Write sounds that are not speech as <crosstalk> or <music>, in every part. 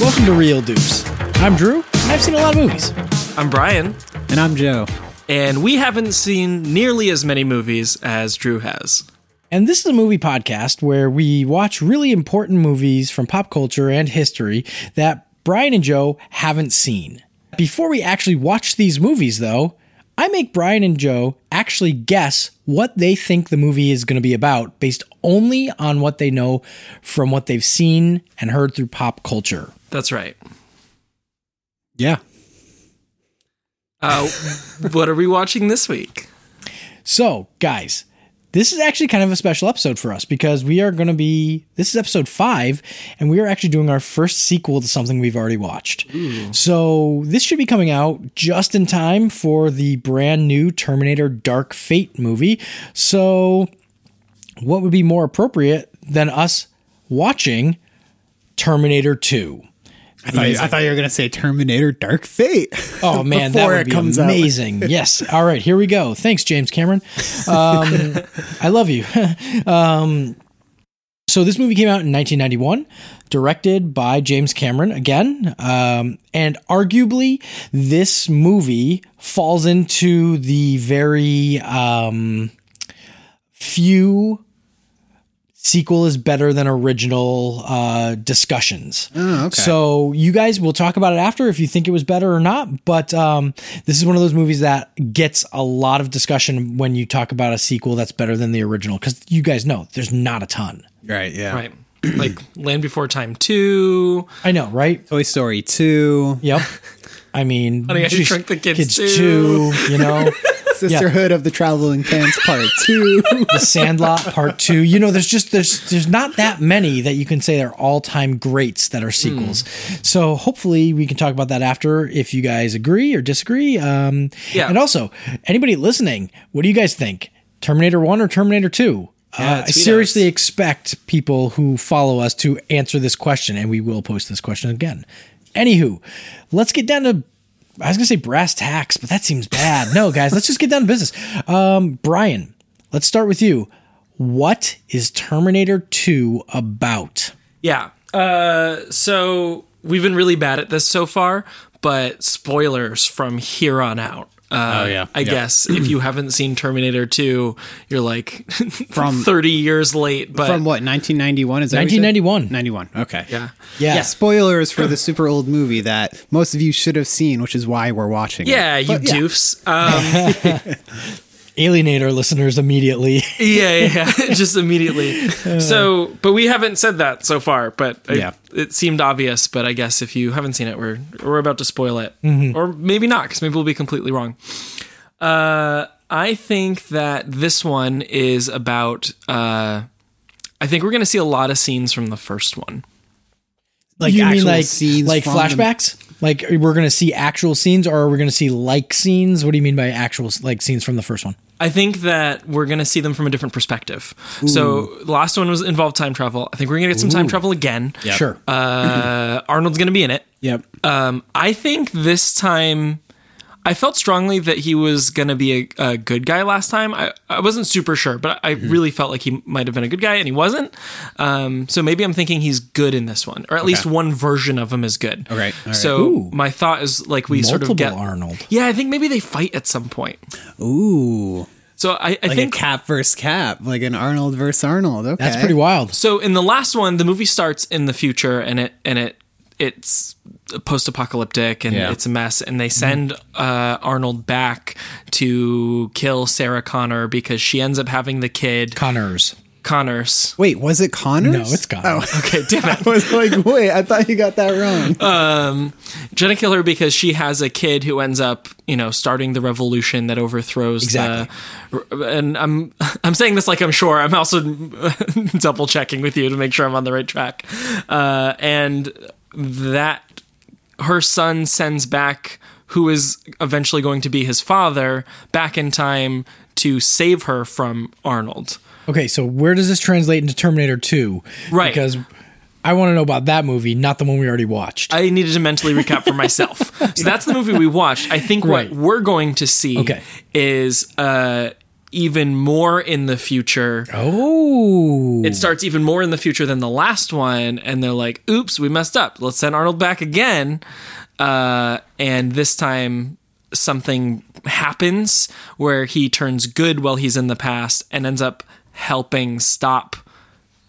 Welcome to Real Dupes. I'm Drew, and I've seen a lot of movies. I'm Brian, And I'm Joe. and we haven't seen nearly as many movies as Drew has. And this is a movie podcast where we watch really important movies from pop culture and history that Brian and Joe haven't seen. Before we actually watch these movies, though, I make Brian and Joe actually guess what they think the movie is going to be about based only on what they know from what they've seen and heard through pop culture. That's right. Yeah. Uh, <laughs> what are we watching this week? So, guys, this is actually kind of a special episode for us because we are going to be this is episode 5 and we are actually doing our first sequel to something we've already watched. So, this should be coming out just in time for the brand new Terminator Dark Fate movie. So, what would be more appropriate than us watching Terminator 2? I thought, I thought you were going to say Terminator Dark Fate. Oh man, that Before would it be comes out. amazing. yes. All right, here we go. Thanks, James Cameron. <laughs> Um, I love you. <laughs> um, so this movie came out in 1991, directed by James Cameron again, um, and arguably this movie falls into the very um, few sequel is better than original uh, discussions. So you guys will talk about it after if you think it was better or not. But um, this is one of those movies that gets a lot of discussion when you talk about a sequel that's better than the original because you guys know there's not a ton. <laughs> Right, yeah. Right. <clears throat> Like Land Before Time 2. I know, right? Toy Story 2, Yep. I mean, Honey, I geez, Shrunk the Kids two. too. You <laughs> know, Sisterhood of the Traveling Pants <laughs> Part 2. The Sandlot Part Two. You know, there's just there's there's not that many that you can say are all time greats that are sequels. So hopefully we can talk about that after if you guys agree or disagree. Um, Yeah. And also, anybody listening, what do you guys think? Terminator One or Terminator Two? Yeah, uh, I tweet seriously us. expect people who follow us to answer this question, and we will post this question again. Anywho, let's get down to. I was gonna say brass tacks, but that seems bad. No, guys, let's just get down to business. Um, Brian, let's start with you. What is Terminator 2 about? Yeah. Uh, so we've been really bad at this so far, but spoilers from here on out. Uh, Oh, yeah. I Yeah. guess if <clears throat> you haven't seen Terminator 2, you're like <laughs> From- 30 years late. But From what, 1991? Is that what you said? 1991. 91, okay. Yeah. Yeah. Yeah, spoilers <laughs> for the super old movie that most of you should have seen, which is why we're watching it. Yeah, you But yeah. doofs. Um, Alienate our listeners immediately. yeah, yeah, yeah. <laughs> just immediately. So, but we haven't said that so far. But I- Yeah. it seemed obvious. But I guess if you haven't seen it, we're we're about to spoil it, or maybe not, because maybe we'll be completely wrong. Uh, I think that this one is about. Uh, I think we're going to see a lot of scenes from the first one. Like you mean actual <laughs> like scenes like from the- flashbacks? Like we're gonna see actual scenes, or are we gonna see like scenes? What do you mean by actual like scenes from the first one? I think that we're going to see them from a different perspective. So, the last one was involved time travel. I think we're going to get some time travel again. Sure. Uh, Arnold's going to be in it. Yep. Um, I think this time, I felt strongly that he was going to be a, a good guy last time. I, I wasn't super sure, but I Mm-hmm. really felt like he might have been a good guy, and he wasn't. Um, so maybe I'm thinking he's good in this one, or at least one version of him is good. All right, all right. So Ooh. my thought is like we sort Multiple of get. Arnold. Yeah, I think maybe they fight at some point. Ooh. So I, I Like think a cap versus cap, like an Arnold versus Arnold. Okay. That's pretty wild. So in the last one, the movie starts in the future, and it and it it's post-apocalyptic and Yeah. it's a mess. And they send uh, Arnold back to kill Sarah Connor because she ends up having the kid Connors. Connors. Wait, was it Connors? No, it's Connors. <laughs> Okay, damn it. <laughs> I was like, wait, I thought you got that wrong. Jenna Killer because she has a kid who ends up, you know, starting the revolution that overthrows Exactly. the. And I'm <laughs> I'm saying this like I'm sure. I'm also <laughs> double checking with you to make sure I'm on the right track. Uh, and that her son sends back who is eventually going to be his father back in time to save her from Arnold. Okay, so where does this translate into Terminator 2? Right. Because I want to know about that movie, not the one we already watched. I needed to mentally recap for myself. so that's the movie we watched. I think Right. what we're going to see Okay. is uh, even more in the future. Oh. It starts even more in the future than the last one, and they're like, "Oops, we messed up. Let's send Arnold back again." Uh, and this time, something happens where he turns good while he's in the past and ends up helping stop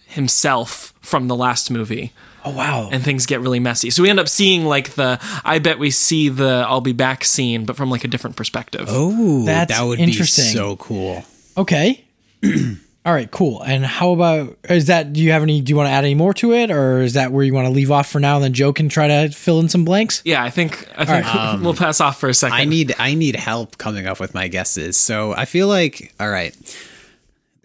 himself from the last movie oh wow. and things get really messy. So we end up seeing like the I bet we see the I'll be back scene, but from like a different perspective. Oh? Ooh, That's that would interesting. be so cool. <clears throat> okay. <clears throat> All right, cool. And how about is that do you have any do you want to add any more to it or is that where you want to leave off for now and then Joe can try to fill in some blanks? Yeah, I think I think <laughs> we'll pass off for a second. I need I need help coming up with my guesses. So I feel like all right.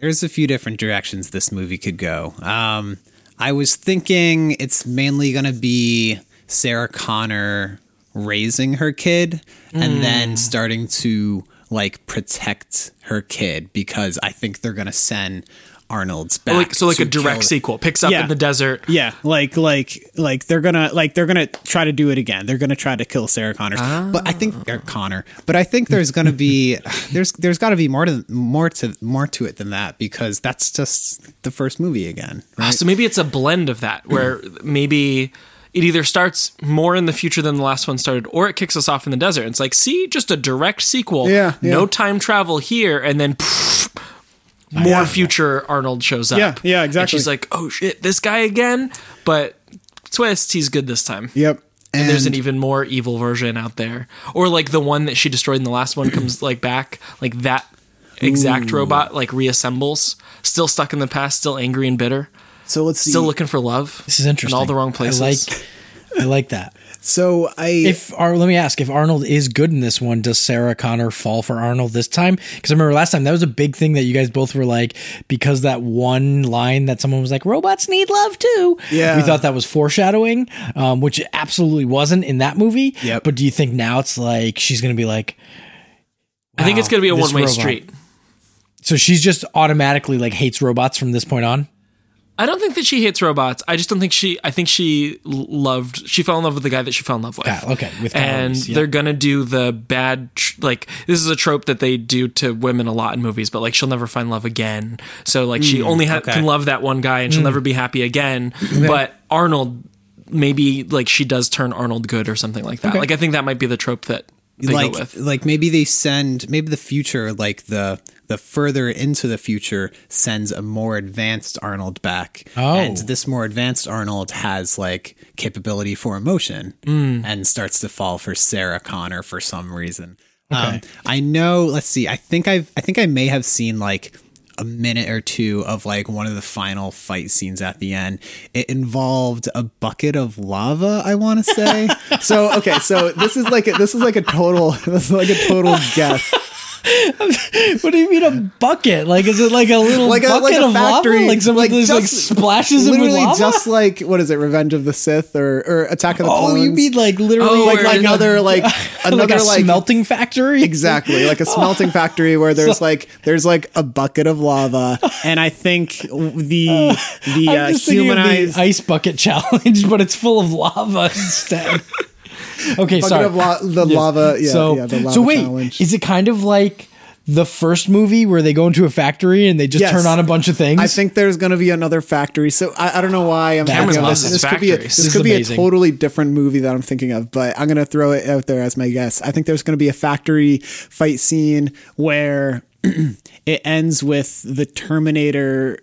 There's a few different directions this movie could go. Um, I was thinking it's mainly going to be Sarah Connor raising her kid Hmm. and then starting to like protect her kid because I think they're going to send Arnold's back. Oh, like so like a to kill direct the- sequel picks up Yeah. in the <laughs> desert. Yeah, like like like they're gonna like they're gonna try to do it again. They're gonna try to kill Sarah Connor. But I think or Connor. But I think there's gonna be <sighs> there's there's got to be more to more to more to it than that because that's just the first movie again. Ah, So maybe it's a blend of that <clears throat> where maybe it either starts more in the future than the last one started or it kicks us off in the desert. It's like, see, just a direct sequel. Yeah, No yeah. time travel here and then pff, more future Arnold shows up. Yeah, yeah, And she's exactly. like, "Oh shit, this guy again?" But twist, he's good this time. Yep. And there's an even more evil version out there or like the one that she destroyed in the last one comes like back like that exact robot like reassembles still stuck in the past still angry and bitter So let's see. still looking for love This is interesting. in all the wrong places I like I like that. so I If Ar- let me ask, if Arnold is good in this one, does Sarah Connor fall for Arnold this time? Because I remember last time that was a big thing that you guys both were like, because that one line that someone was like, "Robots need love too." Yeah. we thought that was foreshadowing, um, which it absolutely wasn't in that movie. Yep. But do you think now it's like she's gonna be like, i think it's wow, going to be a this one-way robot. street so she's just automatically like hates robots from this point on? i don't think that she hates robots i just don't think she i think she l- loved she fell in love with the guy that she fell in love with Yeah, okay, with and Connors, yeah. <laughs> they're gonna do the bad tr- like this is a trope that they do to women a lot in movies but like she'll never find love again so like Mm, she only ha- can love that one guy and she'll never be happy again but arnold maybe like she does turn arnold good or something like that like i think that might be the trope that they like go with like maybe they send maybe the future like the the further into the future sends a more advanced Arnold back, Oh. and this more advanced Arnold has like capability for emotion and starts to fall for Sarah Connor for some reason. Um, I know. Let's see. I think I've I think I may have seen like a minute or two of like one of the final fight scenes at the end. It involved a bucket of lava, I want to say. so okay, so this is like a, this is like a <laughs> total this is like a total guess. What do you mean a bucket? Like, is it like a little Like a- bucket like a of lava? factory, Like someone like, just, like just- splashes it with Literally lava? just like what is it, Revenge of the Sith or or Attack of the Oh, Clones? you mean like literally Oh, like, where- like another <laughs> another like like <laughs> another a Oh. like smelting factory? <laughs> <laughs> Exactly, like a smelting factory where there's like there's like a bucket of <laughs> lava, and I think the the I'm uh, just thinking of the humanized ice bucket <laughs> challenge, but it's full of lava <laughs> instead. okay, bucket sorry. of la- the Yes. lava. Yeah, so yeah, the lava so wait, challenge. is it kind of like the first movie where they go into a factory and they just Yes. turn on a bunch of things? I think there's going to be another factory. So I, I don't know why I'm Cameron thinking of loves this. his This could be a, factories. this This is could be a amazing. totally different movie that I'm thinking of, but I'm going to throw it out there as my guess. I think there's going to be a factory fight scene where <clears throat> it ends with the Terminator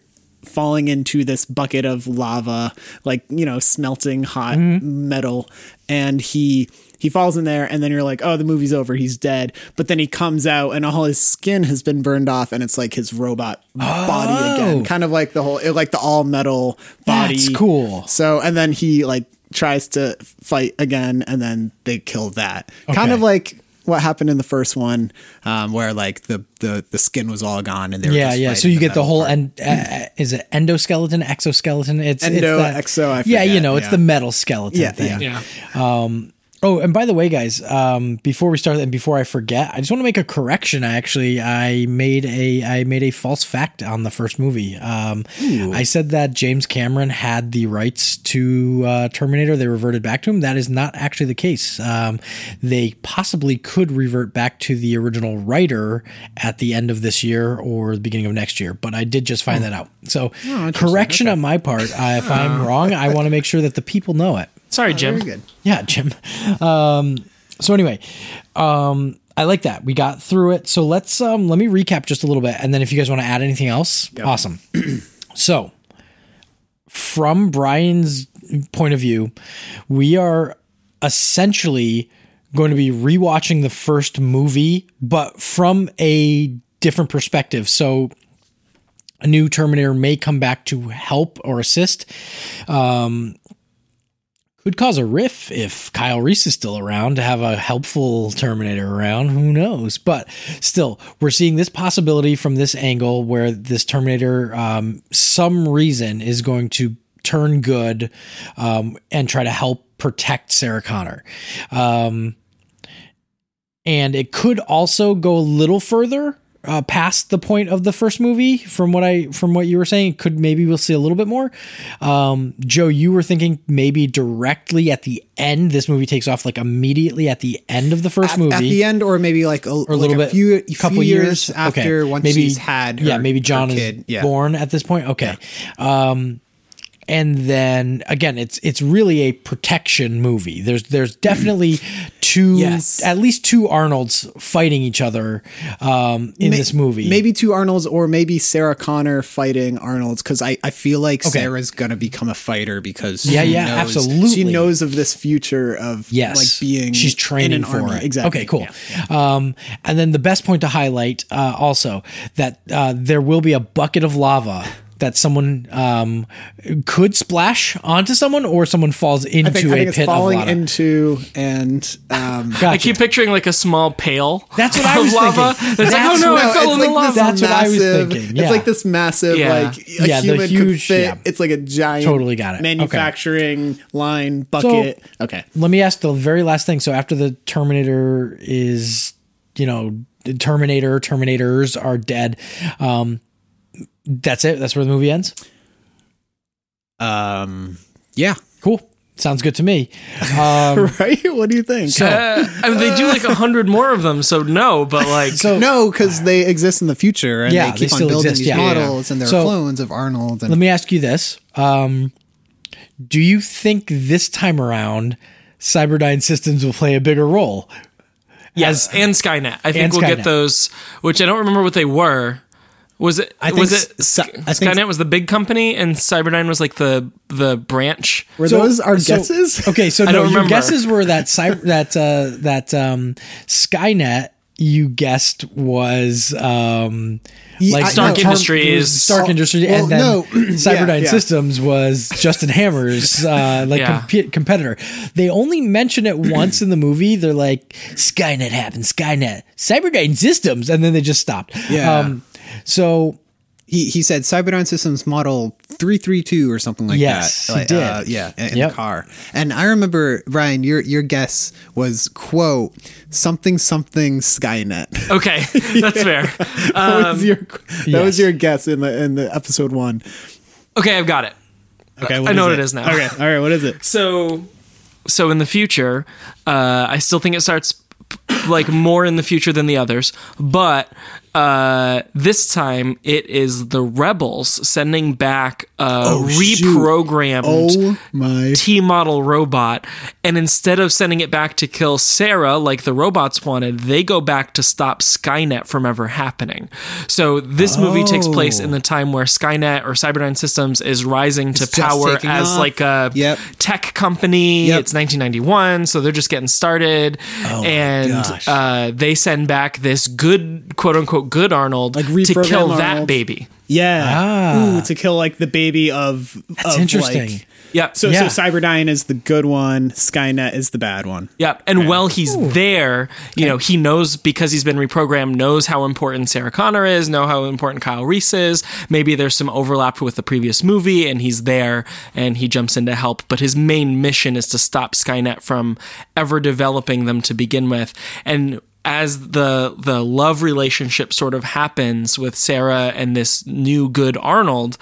falling into this bucket of lava, like, you know, smelting hot Mm-hmm. metal. And he he falls in there and then you're like, oh, the movie's over, he's dead. But then he comes out and all his skin has been burned off and it's like his robot body again. Kind of like the whole like the all metal body. Oh. That's cool. So and then he like tries to fight again and then they kill that. Kind of Okay. like what happened in the first one um, where like the, the the skin was all gone and they were Yeah, just yeah. fighting So you get the metal whole part. end. Uh, uh, is it endoskeleton, exoskeleton? It's Endo, it's that- exo, I yeah, you forget, know, it's yeah. the metal skeleton Yeah, thing. yeah. yeah Oh, and by the way, guys, um, before we start and before I forget, I just want to make a correction. Actually, I made a I made a false fact on the first movie. Um, I said that James Cameron had the rights to uh, Terminator; they reverted back to him. That is not actually the case. Um, they possibly could revert back to the original writer at the end of this year or the beginning of next year. But I did just find that out. So, correction on my part. Uh, if I'm wrong, I want to make sure that the people know it. Sorry, Jim. Very good. Yeah, Jim. Um, so anyway, um, I like that we got through it. So let's um, let me recap just a little bit, and then if you guys want to add anything else, awesome. <clears throat> so from Brian's point of view, we are essentially going to be rewatching the first movie, but from a different perspective. So a new Terminator may come back to help or assist could cause a riff if Kyle Reese is still around to have a helpful Terminator around. Who knows? But still, we're seeing this possibility from this angle where this Terminator, um, some reason, is going to turn good um, and try to help protect Sarah Connor. Um, and it could also go a little further uh, past the point of the first movie from what i from what you were saying it could maybe we'll see a little bit more um, joe you were thinking maybe directly at the end this movie takes off like immediately at the end of the first At, movie at the end, or maybe like a, or a little like bit, a few, a couple few years, years, after okay. once maybe, she's had her, yeah, maybe John her is kid. Yeah. born at this point. Okay, um, and then again, it's it's really a protection movie. There's there's definitely <clears throat> two, Yes. at least two Arnolds fighting each other um, in May- this movie. Maybe two Arnolds or maybe Sarah Connor fighting Arnold's because I, I feel like Okay. Sarah's gonna become a fighter because yeah, she yeah, knows- absolutely. she knows of this future of yes. like being she's training in an for army. it. Exactly. Okay, cool. Um, and then the best point to highlight uh, also that uh, there will be a bucket of lava. That someone um, could splash onto someone, or someone falls into I think, I a think pit it's falling of lava. into and <laughs> um, Gotcha. I keep picturing like a small pail. That's what I <laughs> of was lava. thinking. It's like, oh That's no, what- I fell in the lava. <laughs> this That's what I was massive- thinking, yeah. It's like this massive, Yeah. like a Yeah, the human huge- could fit. yeah. It's like a giant, Totally got it. Okay. Manufacturing line bucket. okay, Let me ask the very last thing. So after the Terminator is, you know, the Terminator, Terminators are dead. Um, that's it. That's where the movie ends. Um, yeah, Cool. Sounds good to me. Um, <laughs> right? What do you think? so, Uh, I mean, they do like a hundred more of them, so no, but like so no, because they exist in the future and Yeah, they they keep on still building exist, these yeah. models and they're So- clones of Arnold. And let me ask you this. Um, do you think this time around Cyberdyne Systems will play a bigger role? yes, and Skynet. I think And we'll Skynet. get those, which I don't remember what they were. Was it? think was s- it? Sky- I think- Skynet was the big company, and Cyberdyne was like the the branch. were those our <laughs> <laughs> guesses? Okay, so no, don't your remember. guesses were that cyber, that uh, that um, Skynet you guessed was um, like I- Stark um, Har- Industries. it was Stark Well, Industries, and then <clears throat> no. <clears throat> <clears throat> Cyberdyne Yeah, yeah. Systems was Justin Hammer's <laughs> uh, like Yeah. comp- competitor. They only mention it <clears throat> once in the movie. They're like Skynet happened, Skynet, Cyberdyne Systems, and then they just stopped. Um, Yeah. so he, he said Cyberdyne Systems model 332 or something like Yes, that. he Like, did. uh, yeah, in Yep. the car. And I remember, Ryan, your, your guess was, quote, something something Skynet. <laughs> Okay, <laughs> that's fair. that Um, was your that yes. was your guess in the in the episode one. Okay, I've got it. Okay, I know what it is now. Okay, all right, what is it? So, so in the future, uh, I still think it starts like more in the future than the others, but uh, this time it is the rebels sending back a reprogrammed Oh my! T model robot, and instead of sending it back to kill Sarah like the robots wanted, they go back to stop Skynet from ever happening. So this movie takes place in the time where Skynet or Cyberdyne Systems is rising to Oh. It's just power taking as off. like a Yep. tech company. Yep. Oh It's 1991, so they're just getting started, and gosh. uh, they send back this good quote unquote unquote good Arnold Like to reprogram kill that Arnold. baby. Yeah. Ah. Ooh, to kill like the baby of. That's of, interesting. Like, Yep. so Yeah. so Cyberdyne is the good one. Skynet is the bad one. Yep. And while he's there, you know, he knows because he's been reprogrammed, knows how important Sarah Connor is, know how important Kyle Reese is. Maybe there's some overlap with the previous movie and he's there and he jumps in to help. But his main mission is to stop Skynet from ever developing them to begin with. And as the the love relationship sort of happens with Sarah and this new good Arnold,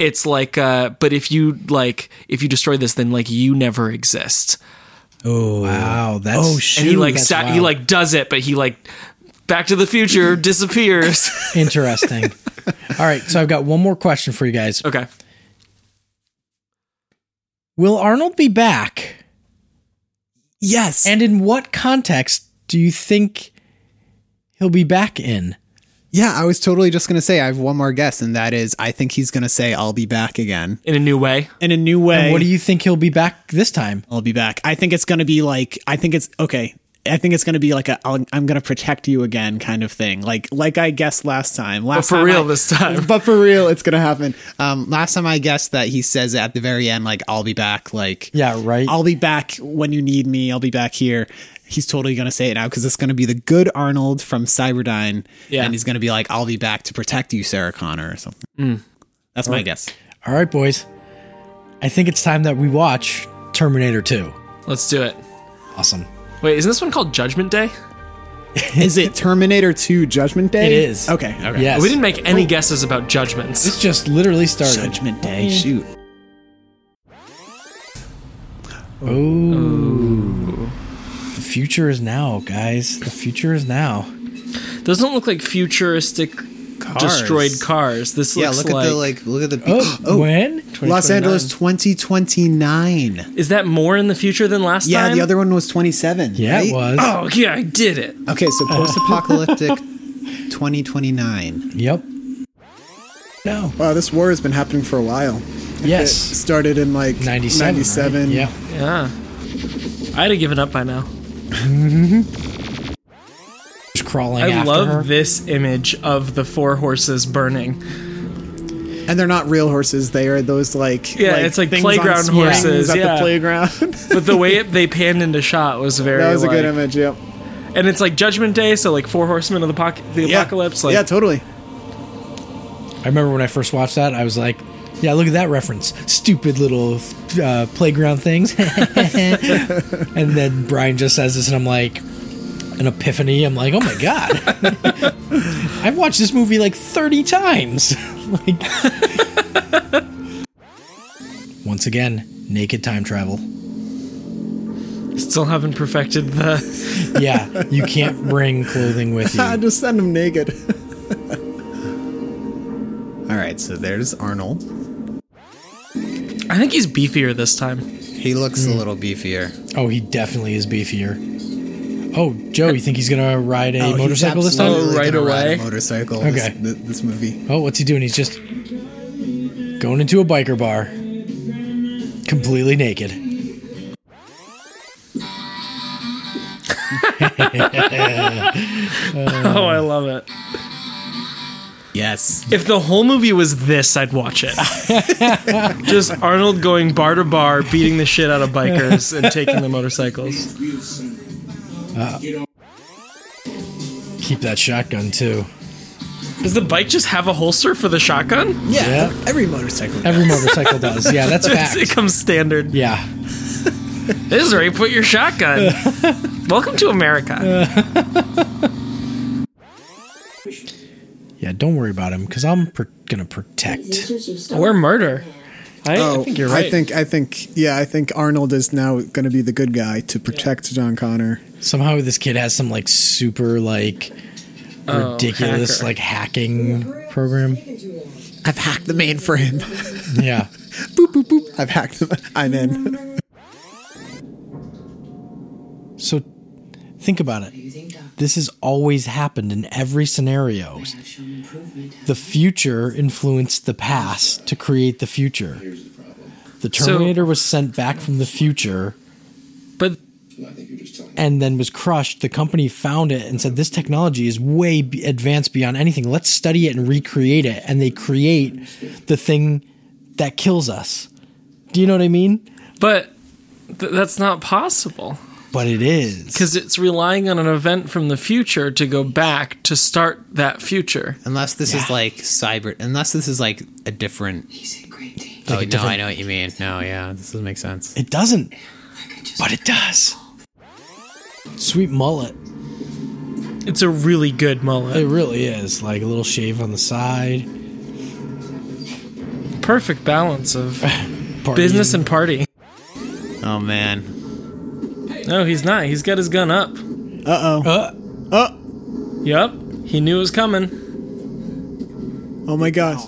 it's like uh but if you like if you destroy this then like you never exist Wow, that's oh shit. and he like sa- he like does it, but he like Back to the <laughs> Future disappears. interesting. <laughs> All right, so I've got one more question for you guys. okay, Will Arnold be back? Yes. And in what context do you think he'll be back in? Yeah, I was totally just going to say I have one more guess, and that is I think he's going to say, I'll be back again. in a new way. in a new way. And what do you think he'll be back this time? I'll be back. I think it's going to be like I think it's okay. I think it's going to be like a I'll, I'm going to protect you again kind of thing. Like like I guessed last time. Last But for time real I- this time. But for real, it's going to happen. Um, last time I guessed that he says at the very end, like, I'll be back. Like, Yeah, right. I'll be back when you need me. I'll be back here. he's totally going to say it now because it's going to be the good Arnold from Cyberdyne. Yeah. And he's going to be like, I'll be back to protect you, Sarah Connor, or something. That's my guess. All Hmm. right, boys. I think it's time that we watch Terminator 2. <laughs> Let's do it. Awesome. Wait, isn't this one called Judgment Day? Is it Terminator 2 Judgment Day? It is. Okay. Okay. Yes. We didn't make any guesses about judgments. This just literally started. Judgment Day. Shoot. Oh. The future is now, guys. The future is now. Those don't look like futuristic destroyed cars. This Yeah, looks look like, at the, like, look at the. Oh, <gasps> when? Los Angeles 2029. Is that more in the future than last Yeah, time? the other one was 27. Yeah, right? it was. Oh yeah, I did it. Okay, so <laughs> post apocalyptic 2029. Yep. No. Wow, this war has been happening for a while. It Yes. started in like 97. 97. right? Yeah. Yeah, I'd have given up by now. Just crawling I after love her. this image of the four horses burning. And they're not real horses. They are those like Yeah, it's like things on playground springs horses, at yeah. the playground. <laughs> But the <laughs> way it, they panned into shot was very. that was a like- good image. Yep. And it's like Judgment Day, so like Four Horsemen of the, poc- the Yeah. Apocalypse. Like, yeah, totally. <laughs> I remember when I first watched that, I was like, yeah, look at that reference. Stupid little uh, playground things. <laughs> and then Brian just says this, and I'm like, an epiphany. I'm like, oh my God. <laughs> I've watched this movie like 30 times. <laughs> like, once again, naked time travel. still haven't perfected the. Yeah, you can't bring clothing with <laughs> you. Just send them naked. All right, so there's Arnold. I think he's beefier this time. He looks Hmm. a little beefier. Oh, he definitely is beefier. Oh, Joe, you think he's gonna ride Oh, a Oh, he's motorcycle this time? absolutely Right gonna ride a away. motorcycle. Okay. This, th- this movie. Oh, what's he doing? He's just going into a biker bar, completely naked. Oh, I love it. Yes. If the whole movie was this, I'd watch <laughs> it. Just Arnold going bar to bar, beating the shit out of bikers and taking the motorcycles. Keep that shotgun too. Does the bike just have a holster for the shotgun? Yeah. Every motorcycle. Every motorcycle does. Yeah, <laughs> that's It fact. comes standard. Yeah. This is where you put your <laughs> shotgun. Welcome to America. Yeah, don't worry about him because I'm pr gonna protect. Or murder. I, I think you're right. Oh, I think I think yeah, I think Arnold is now going to be the good guy to protect John Connor. Somehow this kid has some like super like ridiculous Oh, hacker. like hacking program. I've hacked the mainframe. Yeah. <laughs> Boop boop boop. I've hacked them. I'm in. <laughs> So think about it. This has always happened in every scenario. The future influenced the past to create the future. The So- Terminator was sent back from the future. but I think you're just telling and then was crushed, the company found it and said, This technology is way be- advanced beyond anything. Let's study it and recreate it. And they create the thing that kills us. Do you know what I mean? But th- that's not possible But it is. because it's relying on an event from the future to go back to start that future. Unless this is like cyber, unless this is like a different. He's a great team. oh no, different- I know what you mean. No, yeah, this doesn't make sense. It doesn't, I could just but it does. Sweet mullet. It's a really good mullet. It really is. Like a little shave on the side. Perfect balance <laughs> of Party. business and party. Oh man, No, he's not. He's got his gun up. Uh, Yup. He knew it was coming. Oh my gosh.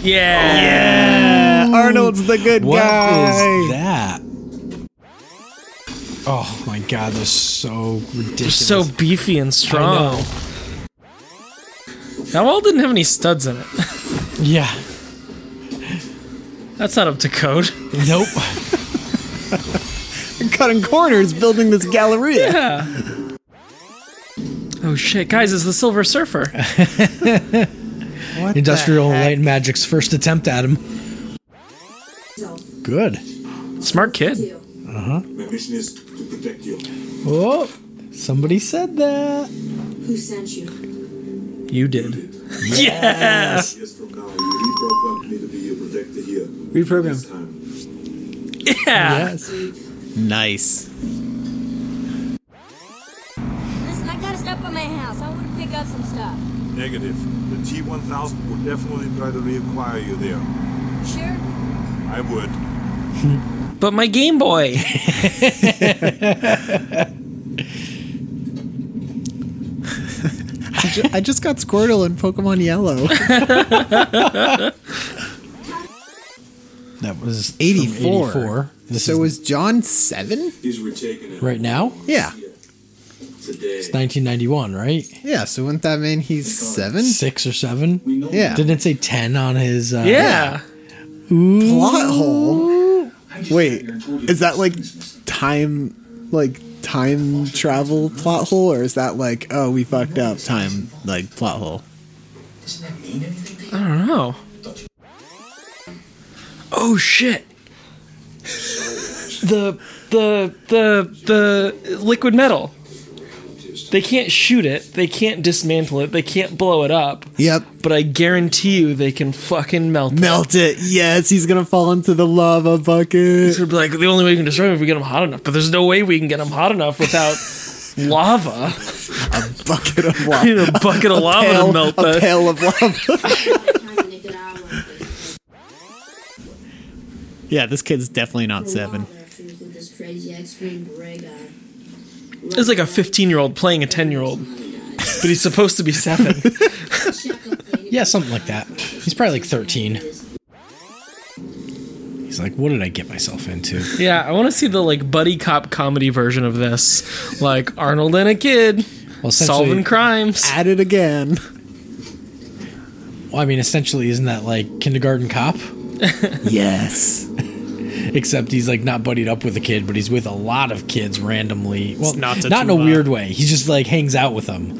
Yeah. Arnold's the good what guy. is that? Oh my god, they're so ridiculous. So beefy and strong. know. Now, all didn't have any studs in it. yeah. That's not up to code. <laughs> Nope. <laughs> Cutting corners, building this galleria. Oh shit, guys! It's the Silver Surfer. <laughs> Industrial Light and Magic's first attempt at him. Good. Smart kid. My mission is to protect you. Oh, somebody said that. Who sent you? You did. Years from now, you reprogram me to be your protector here. Reprogram. This time. Yeah. nice. Listen, I gotta stop by my house. I wanna pick up some stuff. Negative. The T1000 will definitely try to reacquire you there. Sure. I would. But my Game <laughs> Boy. I just got Squirtle in Pokemon Yellow. That was from 84. 84. This so is was John seven? These were taking it right now. Yeah, today. 1991, right? yeah. So wouldn't that mean he's seven? Six or seven? Yeah. Didn't it say 10 on his. Uh, Yeah. Plot hole. Wait, is that like time, like time travel plot hole, or is that like oh we fucked up time like plot hole? I don't know. Oh shit. The the the the liquid metal. They can't shoot it. They can't dismantle it. They can't blow it up. Yep. But I guarantee you, they can fucking melt. it. Melt it. Yes, he's gonna fall into the lava bucket. They'd be like the only way we can destroy them is if we get them hot enough. But there's no way we can get them hot enough <laughs> without lava. <laughs> <laughs> Bucket of <laughs> I need lava. a bucket of lava Pail- to melt a that. pail of <laughs> lava. Time in Nicaragua. Yeah, this kid's definitely not seven. This crazy extreme uh, beret guy. It's like a 15 year old playing a 10 year old, uh, but he's supposed to be seven. <laughs> Yeah, something like uh, that. He's probably like 13. He's like, what did I get myself into? yeah, I want to see the like buddy cop comedy version of this, like Arnold and a kid Well, essentially- solving crimes. At it again. Well, I mean, essentially, isn't that like kindergarten cop? <laughs> Yes. Except he's like not buddied up with a kid, but he's with a lot of kids randomly. Well, not, Natsutoba. uh, in a weird way. He just like hangs out with them.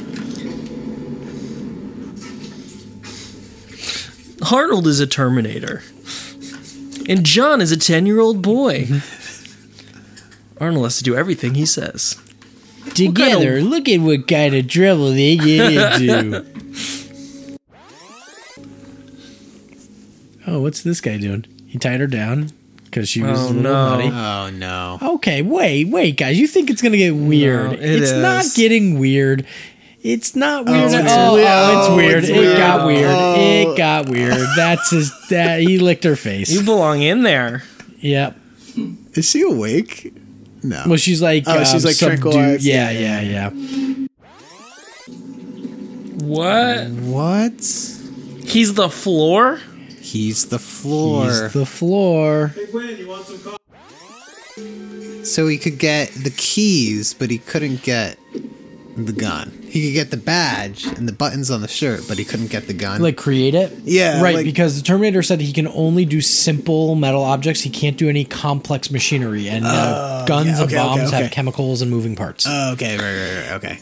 Arnold is a Terminator, and John is a 10 year old boy. Mm-hmm. Arnold has to do everything he says. kind of- Together, look at what kind of trouble they get into. <laughs> oh, what's this guy doing? He tied her down because she was Oh, a little no. nutty. Oh no. Okay, wait, wait, guys. You think it's gonna get weird? No, it it's not is. getting weird. It's not weird. at it's all. weird. Oh, it's Oh, weird. it's it weird. got weird. Oh. It got weird. That's his. That he licked her face. You belong in there. Yep. Is she awake? No. Well, she's like. Oh, um, she's, like, subdued. tranquilized. Yeah, yeah, Yeah, yeah. What? what? He's the floor? He's the floor. He's the floor. so he could get the keys, but he couldn't get the gun. He could get the badge and the buttons on the shirt, but he couldn't get the gun. like create it. Yeah, right. like- because the Terminator said he can only do simple metal objects. He can't do any complex machinery, and uh, guns Oh, yeah, and okay, bombs okay, Uh, have okay. chemicals and moving parts. Oh, okay, right, right, right, okay.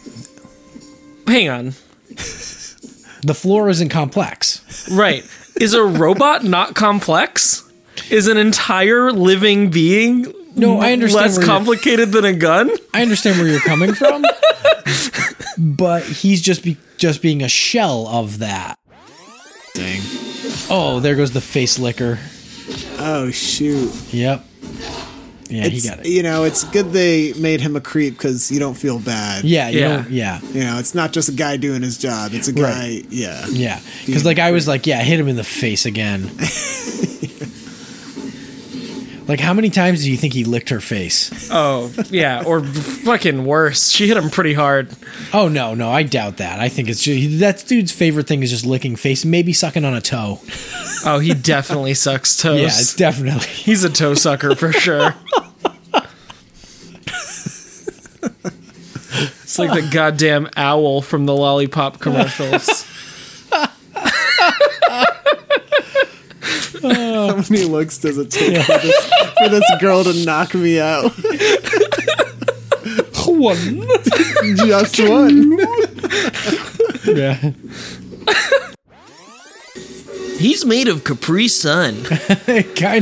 Hang on. the floor isn't complex. Right. Is a robot not complex? Is an entire living being No, I understand. less where you're- complicated than a gun? I understand where you're coming from, but he's just be, just being a shell of that. Dang. Oh, there goes the face licker. Oh shoot! Yep. Yeah, It's, e- he got it. You know, it's good they made him a creep because you don't feel bad. Yeah, you Yeah. yeah, yeah, You know, it's not just a guy doing his job. It's a guy. Right. <laughs> Yeah. yeah. Because like I was like, yeah, hit him in the face again. like, how many times do you think he licked her face? Oh, yeah, or fucking worse. She hit him pretty hard. Oh no, no, I doubt that. I think it's just, that dude's favorite thing is just licking face, maybe sucking on a toe. Oh, he definitely <laughs> sucks toes. Yeah, it's definitely. He's a toe sucker for sure. it's like the goddamn owl from the lollipop commercials. How many looks does it take for, this, for this girl to knock me <laughs> out? One. <laughs> just one. <laughs> Yeah. <laughs> He's made of Capri <laughs> Sun. kind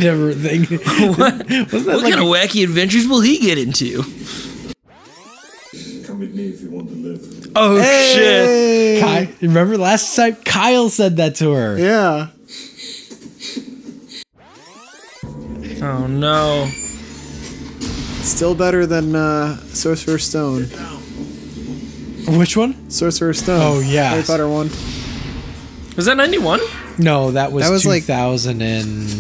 of thing. Wasn't that What like kind of wacky adventures will he get into? Come with me if you want to live. Oh shit! Ky- remember last time Kyle said that to her? Yeah. Oh no! Still better than uh, Sorcerer's Stone. Which one? Sorcerer's Stone. Oh, yes. Harry Potter one. Was that ninety one? No, that was, That was like- 2000 and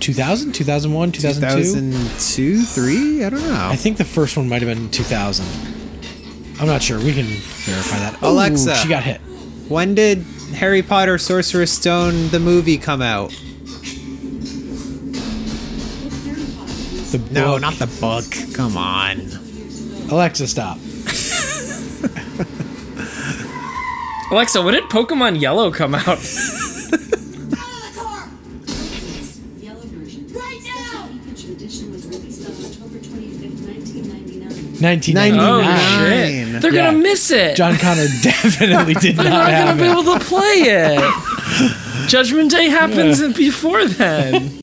2000, 2001, 2002. 2002, 3? I don't know. I think the first one might have been 2000. I'm not sure. We can verify that. Ooh, Alexa. she got hit. When did Harry Potter Sorcerer's Stone the movie come out? The No, book. not the book. Come on. Alexa. Stop. Alexa, when did Pokemon Yellow come out? Out of the car! Yellow version. Right now! Picture edition was released on October 25th, 1999. 1999. Oh Nine. shit! They're Yeah. gonna miss it. John Connor definitely did not They're not have gonna be it. able to play it. Judgment Day happens before then.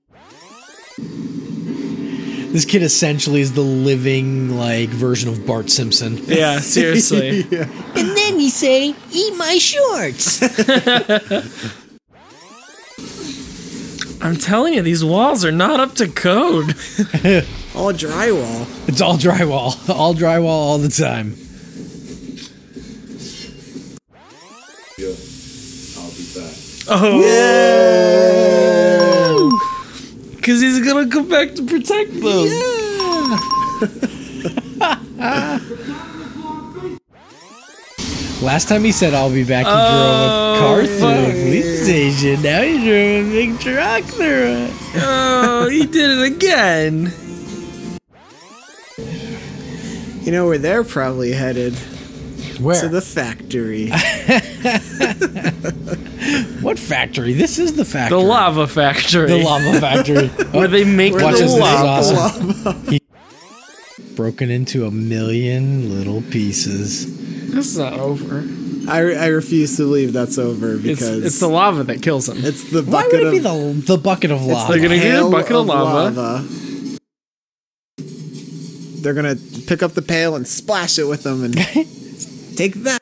This kid essentially is the living like version of Bart Simpson. <laughs> Yeah, seriously. And then you say, eat my shorts. <laughs> I'm telling you, these walls are not up to code. All drywall. It's all drywall. <laughs> All drywall all the time. I'll be back. <laughs> Cause he's gonna come back to protect them. Last time he said I'll be back, he Oh, drove a car through a police station. Now he drove a big truck through it. Oh, he did it again. You know where they're probably headed Where? to <laughs> the factory. what factory? This is the The factory. lava factory. The lava <laughs> factory. Where Oh, they make Watch the this, this is lava. awesome. He- broken into a million little pieces. That's not over. I, I refuse to believe that's over It's, because it's the lava that kills him. it's the Why bucket would it of be the the bucket of lava? They're gonna get a pail bucket of lava. They're gonna pick up the pail and splash it <laughs> with them and take that.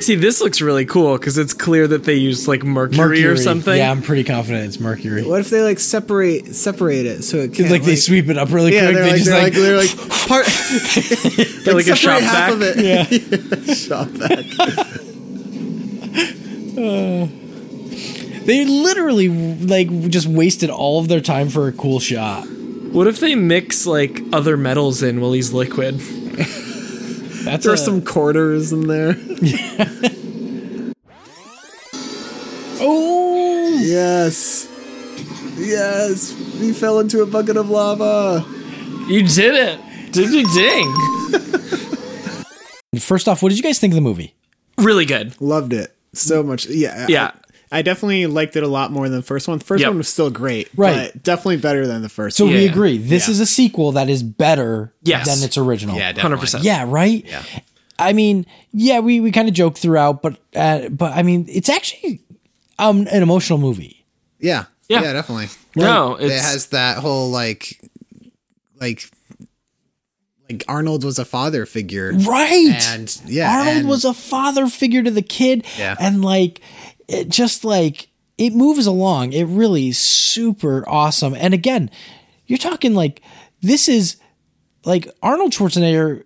See, this looks really cool because it's clear that they used like mercury, or something. Yeah, I'm pretty confident it's mercury. What if they like separate separate it so it It's can like, they sweep it up really Yeah, quick. They they're like, just they're like, like, they're like part They're like a shop separate half vac. of it. yeah. <laughs> Shop vac. They literally like just wasted all of their time for a cool shot. What if they mix like other metals in while he's liquid? That's There are a- some quarters in there. Oh, Yes. Yes. He fell into a bucket of lava. You did it! Did you ding? First off, what did you guys think of the movie? Really good. Loved it so much. Yeah. I- Yeah. I, definitely liked it a lot more than the first one. The first Yep. one was still great. Right. But definitely better than the first So one. we Yeah. agree. This Yeah. is a sequel that is better Yes. than its original. Yeah, definitely. 100%. Yeah, right? Yeah. I mean, yeah, we, we kind of joke throughout, but uh, but I mean, it's actually um, an emotional movie. Yeah. Yeah. Yeah, definitely. No, it it's- has that whole like like like Arnold was a father figure. Right. And yeah. Mm. Arnold and- was a father figure to the kid. Yeah. And like, it just like, it moves along. It really is super awesome. And again, you're talking like, this is like Arnold Schwarzenegger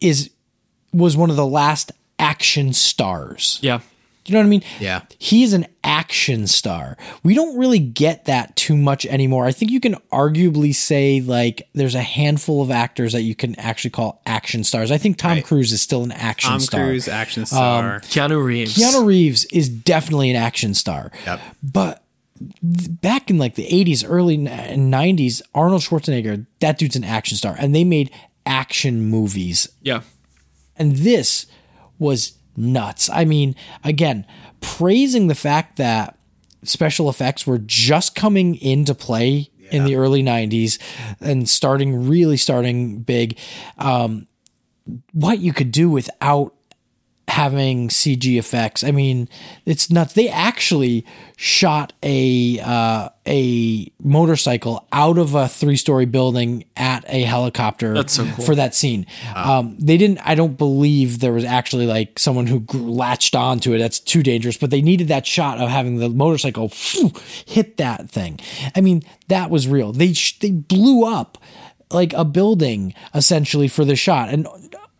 is, was one of the last action stars. Yeah. Do you know what I mean? Yeah. He's an action star. We don't really get that too much anymore. I think you can arguably say like there's a handful of actors that you can actually call action stars. I think Tom Cruise is still an action Tom star. Cruise action star. Keanu Reeves. Keanu Reeves is definitely an action star. Yep. But th- back in like the 80s, early n- 90s, Arnold Schwarzenegger, that dude's an action star and they made action movies Yeah. and this was nuts. I mean, again, praising the fact that special effects were just coming into play in the early 90s and starting really starting big. Um, what you could do without having CG effects. I mean, it's nuts. They actually shot a uh, a motorcycle out of a three story building at a helicopter That's so cool. for that scene. Um, they didn't. I don't believe there was actually like someone who gr- latched onto it. That's too dangerous. But they needed that shot of having the motorcycle phew, hit that thing. I mean, that was real. They sh- they blew up like a building essentially for the shot and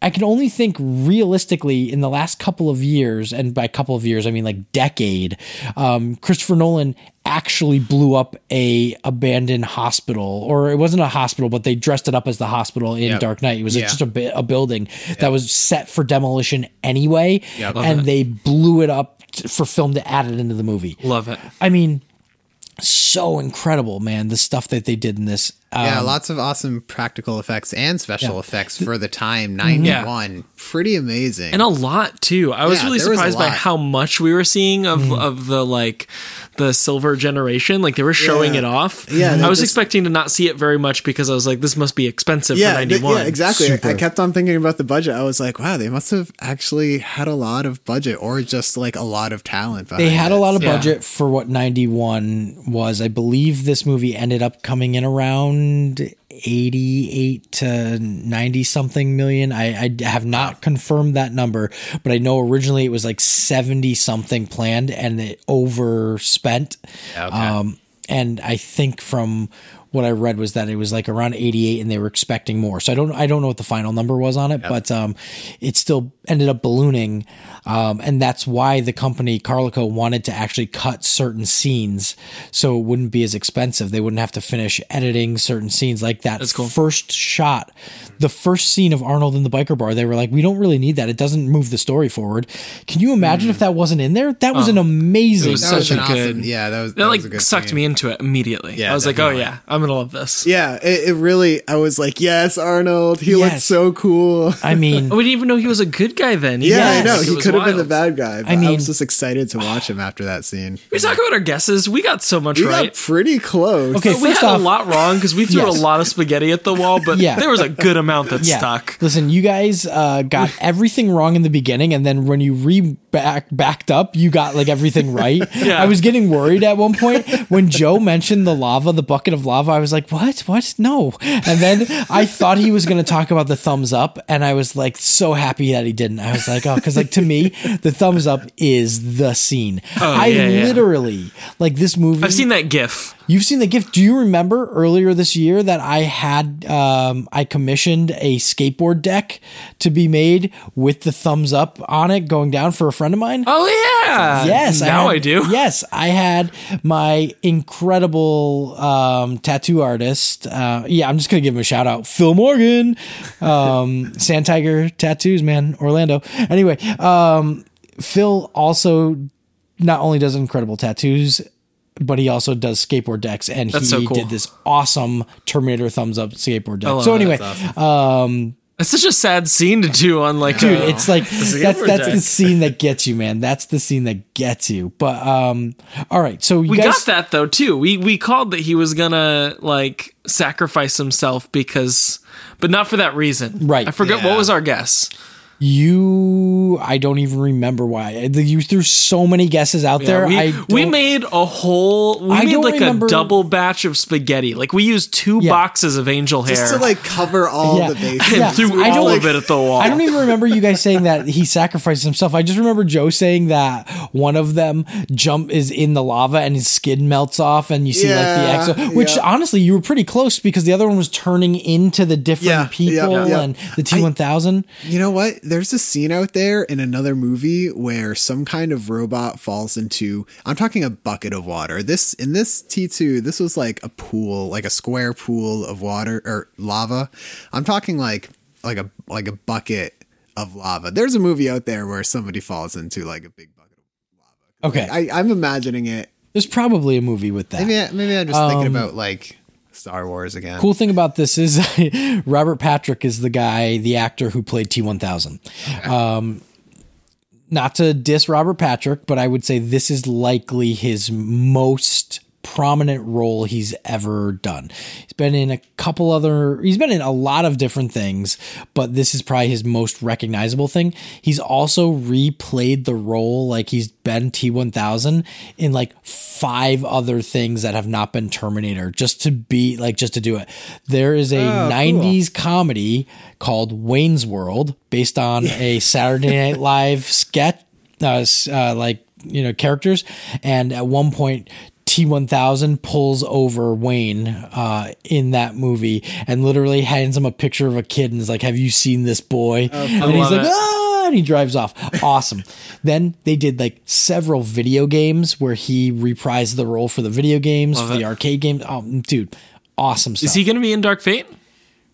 I can only think realistically in the last couple of years, and by couple of years I mean like decade, um, Christopher Nolan actually blew up a abandoned hospital, or it wasn't a hospital, but they dressed it up as the hospital in Dark Knight. It was just a, bi- a building that was set for demolition anyway, and they blew it up t- for film to add it into the movie. Love it. I mean, so incredible, man! The stuff that they did in this. Um, Yeah, lots of awesome practical effects and special effects for the time. Ninety-one, pretty amazing. and a lot too. I was Yeah, really there was a surprised by lot. how much we were seeing of of the like the silver generation. Like they were showing it off. Yeah, they I was just- expecting to not see it very much because I was like, this must be expensive for Yeah, ninety th- one. yeah, exactly. I kept on thinking about the budget. I was like, wow, they must have actually had a lot of budget, or just like a lot of talent. they behind had it. a lot of Yeah. budget for what 91 was i believe this movie ended up coming in around 88 to 90 something million i, I have not confirmed that number but i know originally it was like 70 something planned and it overspent um, and i think from what i read was that it was like around 88 and they were expecting more so i don't i don't know what the final number was on it but um, it still ended up ballooning um, and that's why the company Carlico wanted to actually cut certain scenes so it wouldn't be as expensive. They wouldn't have to finish editing certain scenes like that. That's cool. First shot, the first scene of Arnold in the biker bar, they were like, we don't really need that. It doesn't move the story forward. Can you imagine if that wasn't in there? That was an amazing. Hmm. Oh. was That such was a an awesome. good- Yeah, that was That, that was a like good sucked scene. me into it immediately. Yeah, I was definitely. like, oh yeah, I'm gonna love this. Yeah, it, it really. I was like, yes, Arnold. He Yes. looks so cool. I <laughs> mean, Oh, We didn't even know he was a good guy then. Yeah, Yes. I know. Like, it He was could have been the wild. bad guy. But I I, mean- was just excited to watch Watch him. him after that scene. We talk about our guesses. We got so much We right. got pretty close. Okay. we first had off- a lot wrong because we threw Yes. a lot of spaghetti at the wall, but Yeah. there was a good <laughs> amount that stuck. Listen, you guys uh, <laughs> got everything wrong in the beginning, and then when you re back backed up, you got like everything right. <laughs> Yeah. I was getting worried at one point when Joe mentioned the lava, the bucket of lava. I was like, "What? What? No!" And then I thought he was going to talk about the thumbs up, and I was like so happy that he didn't. I was like, "Oh," because like to me, the thumbs up is the scene. I Oh, yeah, yeah. literally like this movie. I've seen that GIF. You've seen the gift. Do you remember earlier this year that I had um, I commissioned a skateboard deck to be made with the thumbs up on it going down for a friend of mine? Oh yeah. yes, Now I, had- do. <laughs> Yes, I had my incredible um, tattoo artist. Uh, yeah, I'm just gonna give him a shout out, Phil Morgan, um, <laughs> Sand Tiger Tattoos, man, Orlando. Anyway, um, Phil also not only does incredible tattoos. But he also does skateboard decks, and That's he so cool. did this awesome Terminator thumbs up skateboard deck. love So that. anyway, That's such a sad scene to do on like dude a- it's <laughs> like a that's upper that's deck. the scene that gets you man that's the scene that gets you but um all right so you we guys got that though too. We we called that he was gonna like sacrifice himself because, but not for that reason. Right. I forget Yeah. what was our guess. you i don't even remember why you threw so many guesses out there we, I we don't- made a whole. We I made don't like remember- a double batch of spaghetti. Like we used two Yeah. boxes of angel hair Just to like cover all <laughs> Yeah. the bases. and Yeah. threw I don't- all of it at the wall. I don't even remember you guys saying that he sacrificed himself. I just remember Joe saying that one of them jump is in the lava and his skin melts off, and you see Yeah, like the exo. Which yeah. honestly, you were pretty close because the other one was turning into the different Yeah, yeah, people yeah. and the T one thousand. You know what? There's a scene out there in another movie where some kind of robot falls into I'm talking a bucket of water. This in this T2, this was like a pool, like a square pool of water or lava. I'm talking like like a like a bucket of lava. There's a movie out there where somebody falls into like a big bucket. Okay, I, I'm imagining it. there's probably a movie with that. Maybe I, maybe I'm just Um, thinking about like Star Wars again. cool thing about this is <laughs> Robert Patrick is the guy, the actor who played T1000. Um, not to diss Robert Patrick, but I would say this is likely his most prominent role he's ever done. He's been in a couple other he's been in a lot of different things, but this is probably his most recognizable thing. He's also replayed the role like he's been T1000 in like five other things that have not been Terminator just to be like just to do it. There is a Oh, 90s comedy called Wayne's World based on a Saturday <laughs> Night Live sketch uh, s- uh, like you know characters and at one point T1000 pulls over Wayne uh, in that movie and literally hands him a picture of a kid and is like have you seen this boy and he's Oh, love like it. ah and he drives off awesome then they did like several video games where he reprised the role for the video games for the arcade games oh dude awesome stuff Is he gonna be in Dark Fate?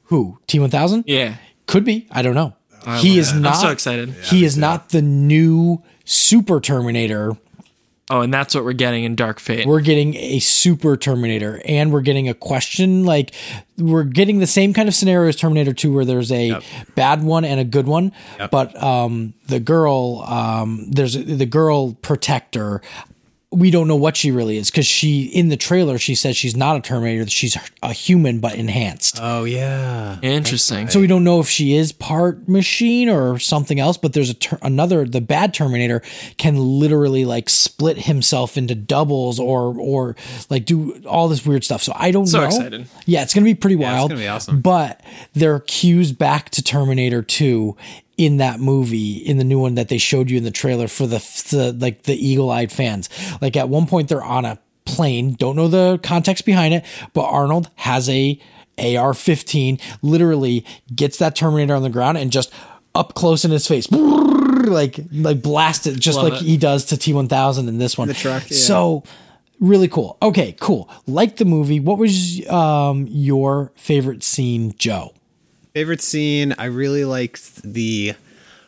who T1000 Yeah. Oh, could be. I don't know. he is not. so excited. He is not the new Super Terminator. Oh, and that's what we're getting in Dark Fate. We're getting a Super Terminator, and we're getting a question like we're getting the same kind of scenario as Terminator Two, where there's a bad one and a good one. But um, the girl, um, there's the girl protector. We don't know what she really is because she in the trailer she says she's not a Terminator, she's a human but enhanced. Oh yeah. Interesting. So we don't know if she is part machine or something else, but there's a ter- another the bad Terminator can literally like split himself into doubles or or like do all this weird stuff. So I don't So know. excited. Yeah, it's gonna be pretty it's wild. gonna be awesome. But there are cues back to Terminator Two in that movie in the new one that they showed you in the trailer for the, the like the eagle-eyed fans. Like at one point they're on a plane, don't know the context behind it, but Arnold has a AR-15 literally gets that Terminator on the ground and just up close in his face, <laughs> like like blast it just Love like it. he does to T1000 in this one. The truck, yeah. So really cool. Okay, cool. Like the movie, what was um your favorite scene, Joe? Favorite scene. I really liked the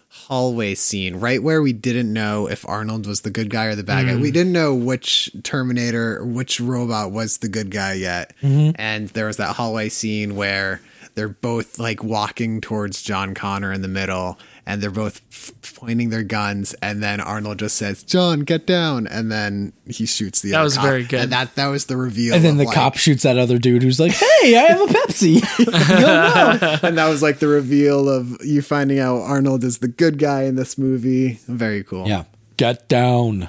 hallway scene right where we didn't know if Arnold was the good guy or the bad guy. We didn't know which Terminator, which robot was the good guy yet. And there was that hallway scene where they're both like walking towards John Connor in the middle and they're both f- pointing their guns and then Arnold just says, "John, get down." And then he shoots the That other was cop. very good. And that that was the reveal. And then of, the like- cop shoots that other dude who's like, "Hey, I have a Pepsi." and that was like the reveal of you finding out Arnold is the good guy in this movie. Very <laughs> cool. yeah, get down.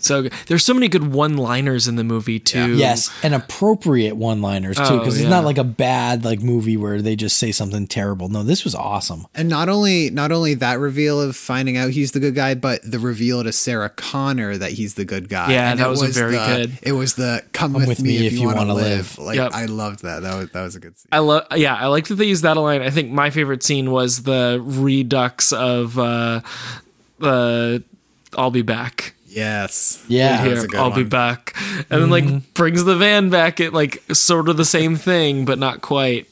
So good. There's so many good one-liners in the movie too. Yes, and appropriate one-liners too, Oh, because it's yeah. not like a bad like movie where they just say something terrible. No, this was awesome. And not only not only that reveal of finding out he's the good guy, but the reveal to Sarah Connor that he's the good guy. Yeah, And that was a very the- good- It was the come, with, me if you, want to wanna live. live. Like Yep. I loved that. That was that was a good scene. I love, yeah, I like that they use that line. I think my favorite scene was the redux of uh, uh, "I'll be back." Yes. Yeah. Here, was a good I'll be one. back, and then Mm-hmm. like brings the van back at like sort of the same thing, but not quite.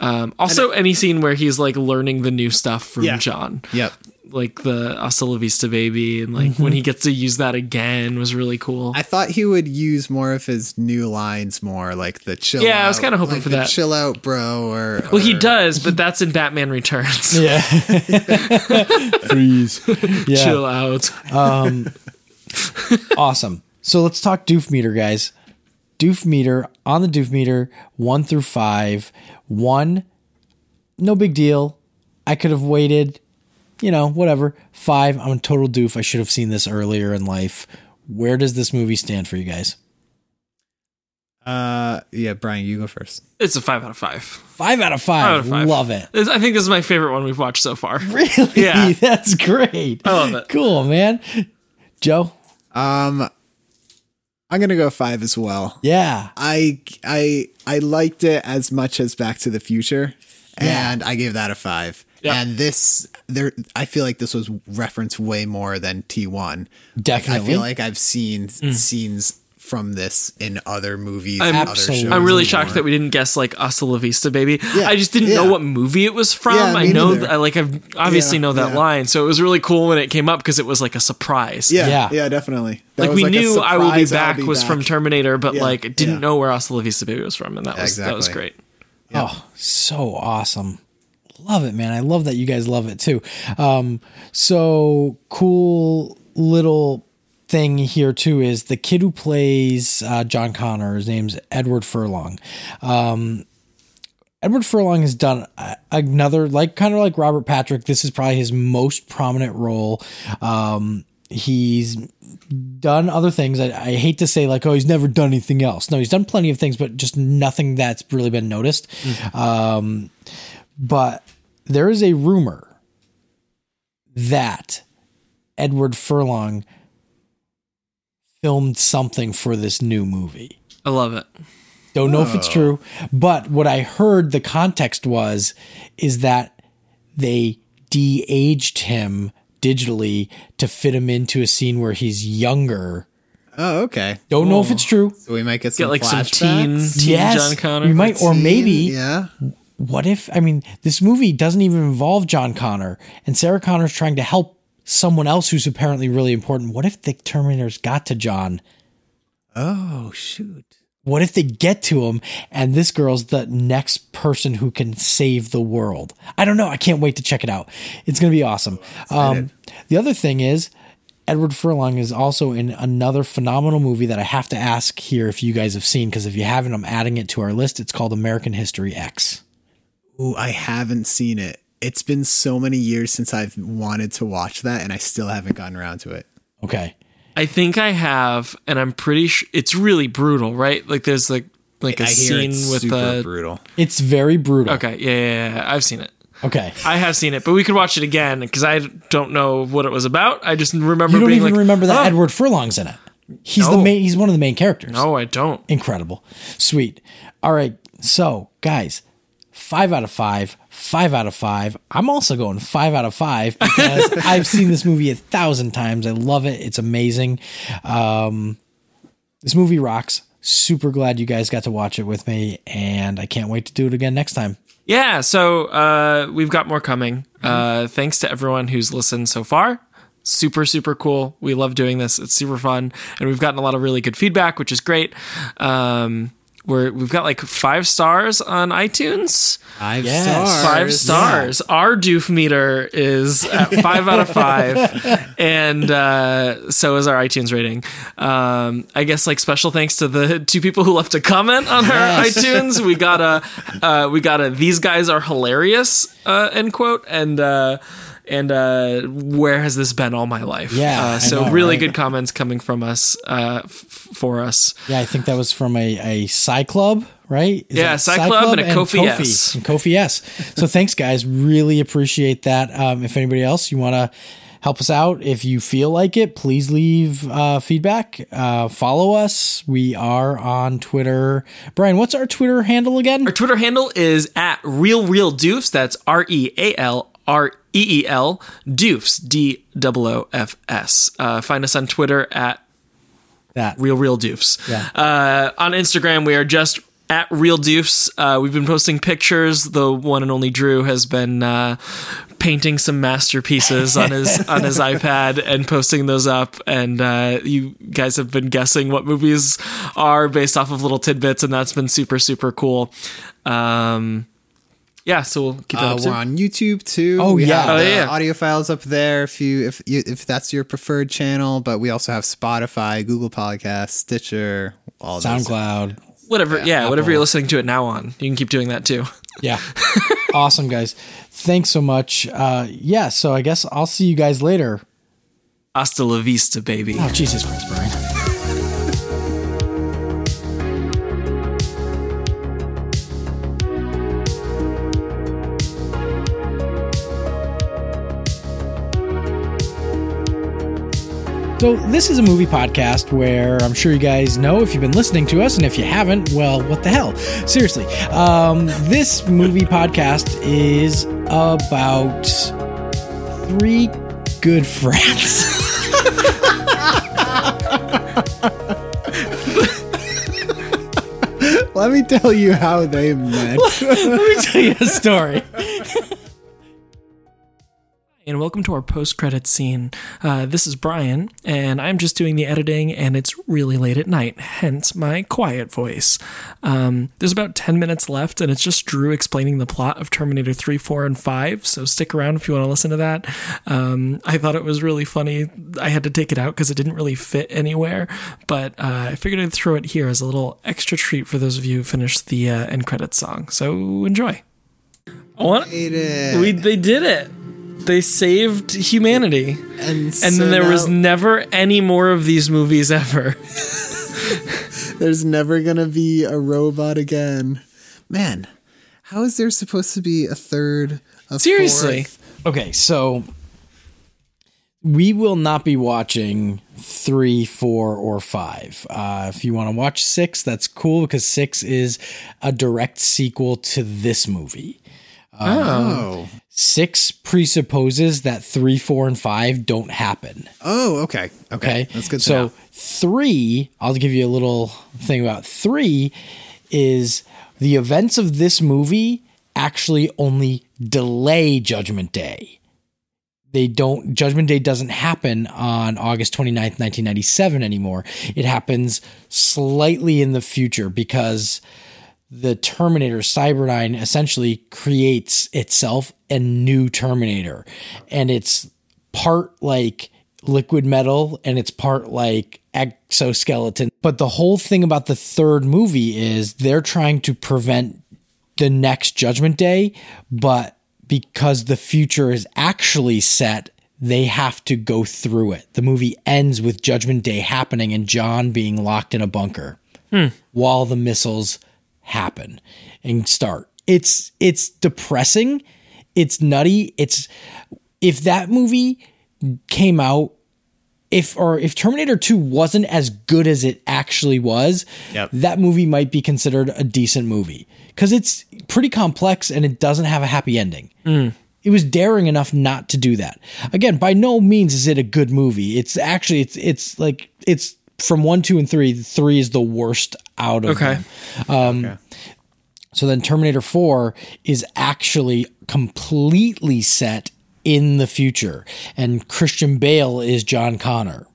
Um, also, any scene where he's like learning the new stuff from John. Yep. like the Hasta La Vista Baby, and like Mm-hmm. when he gets to use that again was really cool. I thought he would use more of his new lines, more like the chill. Yeah, I out, was kinda hoping like for the that. Chill out, bro. Or well, he does, but that's in Batman Returns. <laughs> Yeah. Freeze. Yeah. <laughs> Chill out. Awesome. So let's talk doof meter, guys. Doof meter on the doof meter, one through five. One, no big deal. I could have waited, you know, whatever. Five, I'm a total doof. I should have seen this earlier in life. Where does this movie stand for you guys? Uh, yeah, Brian, you go first. It's a five out of five. Five out of Out five. of five. Love it. <laughs> This- I think this is my favorite one we've watched so far. Really? Yeah. That's great. I love it. Cool, man. Joe? Um, I'm gonna go five as well. Yeah. I I I liked it as much as Back to the Future. and I gave that a five. Yeah. And this, there, I feel like this was referenced way more than T one. Definitely. I feel like I've seen scenes from this in other movies. Mm. I'm- and other Absolutely. shows I'm really more. shocked that we didn't guess like Hasta La Vista, baby. Yeah, I just didn't yeah. know what movie it was from. Yeah, me I know, neither. th- I like, I obviously Yeah, know that yeah. line, so it was really cool when it came up because it was like a surprise. Yeah, Yeah. yeah, definitely. That like was we a knew I will be surprise, I'll back be was from back. Terminator, but Yeah, like didn't yeah. know where Hasta La Vista Baby was from, and that was that was Exactly. great. Oh, so awesome. Love it, man. I love that you guys love it too. Um, so cool little thing here too is the kid who plays uh, John Connor, his name's Edward Furlong. Um, Edward Furlong has done a- another, like kind of like Robert Patrick. This is probably his most prominent role. Um, he's done other things. I, I hate to say like, oh, he's never done anything else. No, he's done plenty of things, but just nothing that's really been noticed. Um, but there is a rumor that Edward Furlong filmed something for this new movie. I love it. Don't know if Oh. it's true, but what I heard the context was is that they de-aged him digitally to fit him into a scene where he's younger. Oh, okay. Don't know if it's true. So we might get some Get like some flashbacks. teen, teen Yes, John Connor. you might, or maybe. Yeah. What if? I mean, this movie doesn't even involve John Connor, and Sarah Connor's trying to help someone else who's apparently really important. What if the Terminators got to John? Oh shoot. What if they get to him and this girl's the next person who can save the world? I don't know. I can't wait to check it out. It's going to be awesome. Oh, Um, the other thing is, Edward Furlong is also in another phenomenal movie that I have to ask here if you guys have seen, because if you haven't, I'm adding it to our list. It's called American History X. Ooh, I haven't seen it. It's been so many years since I've wanted to watch that, and I still haven't gotten around to it. Okay. I think I have, and I'm pretty sure it's really brutal, right? Like there's like like a I hear scene it's with uh, super the brutal. It's very brutal. okay, yeah, yeah, yeah, I've seen it. Okay. I have seen it, but we could watch it again because I don't know what it was about. I just remember You don't being even like, remember that "Oh, Edward Furlong's in it. He's the No. main. He's one of the main characters. No, I don't. incredible sweet all right so guys five out of five five out of five i'm also going five out of five <laughs> because i've seen this movie a thousand times i love it it's amazing um, this movie rocks super glad you guys got to watch it with me and i can't wait to do it again next time Yeah, so uh, we've got more coming. Uh, thanks to everyone who's listened so far. Super, super cool. We love doing this. It's super fun, and we've gotten a lot of really good feedback, which is great. Um, we're we've got like five stars on iTunes. Five Yes. stars. Five stars. Our doof meter is <laughs> at five out of five, and uh, so is our iTunes rating. Um, I guess like special thanks to the <laughs> two people who left a comment on our iTunes. We got a uh, we got a these guys are hilarious uh, end quote and. Uh, and uh, where has this been all my life? Yeah, I Uh, so know, really right? good comments coming from us uh, f- for us. yeah i think that was from a, a psy club right Is Yeah, that Psy Club and a Kofi S. and kofi s so thanks guys really appreciate that um, if anybody else you want to help us out if you feel like it please leave uh, feedback uh, follow us we are on twitter brian what's our twitter handle again Our Twitter handle is at real real doofs. That's R E A L R E E L doofs D O O F S. Uh, find us on Twitter at that real real doofs. Yeah. Uh, on Instagram, we are just at real doofs. Uh, we've been posting pictures. The one and only Drew has been. Uh, painting some masterpieces on his on his iPad and posting those up. And uh, you guys have been guessing what movies are based off of little tidbits, and that's been super super cool. Um, yeah, so we'll keep that Uh, up soon. we're on YouTube too. Oh, We yeah. have Oh, the yeah. audio files up there if you if you, if that's your preferred channel. But we also have Spotify, Google Podcasts, Stitcher, all those. SoundCloud. whatever. Yeah, whatever you're listening to it now on, you can keep doing that too. Yeah. <laughs> awesome, guys. Thanks so much. Uh, yeah, so I guess I'll see you guys later. Hasta la vista, baby. Oh, Jesus Christ, Brian. So, this is a movie podcast where I'm sure you guys know if you've been listening to us, and if you haven't, well, what the hell? Seriously. Um, this movie podcast is about three good friends. <laughs> Let me tell you how they met. Let me tell you a story. And welcome to our post credit scene. Uh, this is Brian, and I'm just doing the editing, and it's really late at night, hence my quiet voice. Um, there's about 10 minutes left, and it's just Drew explaining the plot of Terminator 3, 4, and 5, so stick around if you want to listen to that. Um, I thought it was really funny. I had to take it out because it didn't really fit anywhere, but uh, I figured I'd throw it here as a little extra treat for those of you who finished the uh, end credits song. So enjoy. I want, we they did it. They saved humanity, And, and so then there now was never any more of these movies ever. there's never gonna be a robot again. Man, how is there supposed to be a third? A Seriously, fourth? <laughs> Okay, so we will not be watching three, four, or five. Uh, if you want to watch six, that's cool because six is a direct sequel to this movie. Oh, Six presupposes that three, four, and five don't happen. oh, okay, okay, Okay. that's good. to So know. three, I'll give you a little thing about three is the events of this movie actually only delay Judgment Day. They don't Judgment Day doesn't happen on August 29th, 1997 anymore. It happens slightly in the future because the Terminator Cyberdyne essentially creates itself a new Terminator. And it's part like liquid metal and it's part like exoskeleton. But the whole thing about the third movie is they're trying to prevent the next Judgment Day, but because the future is actually set, they have to go through it. The movie ends with Judgment Day happening and John being locked in a bunker while the missiles happen and start. It's it's depressing. It's nutty. It's if that movie came out if or if Terminator 2 wasn't as good as it actually was, that movie might be considered a decent movie cuz it's pretty complex and it doesn't have a happy ending. It was daring enough not to do that. Again, by no means is it a good movie. It's actually it's it's like it's from 1 2 and 3, 3 is the worst out of Okay. them. So then Terminator 4 is actually completely set in the future. And Christian Bale is John Connor.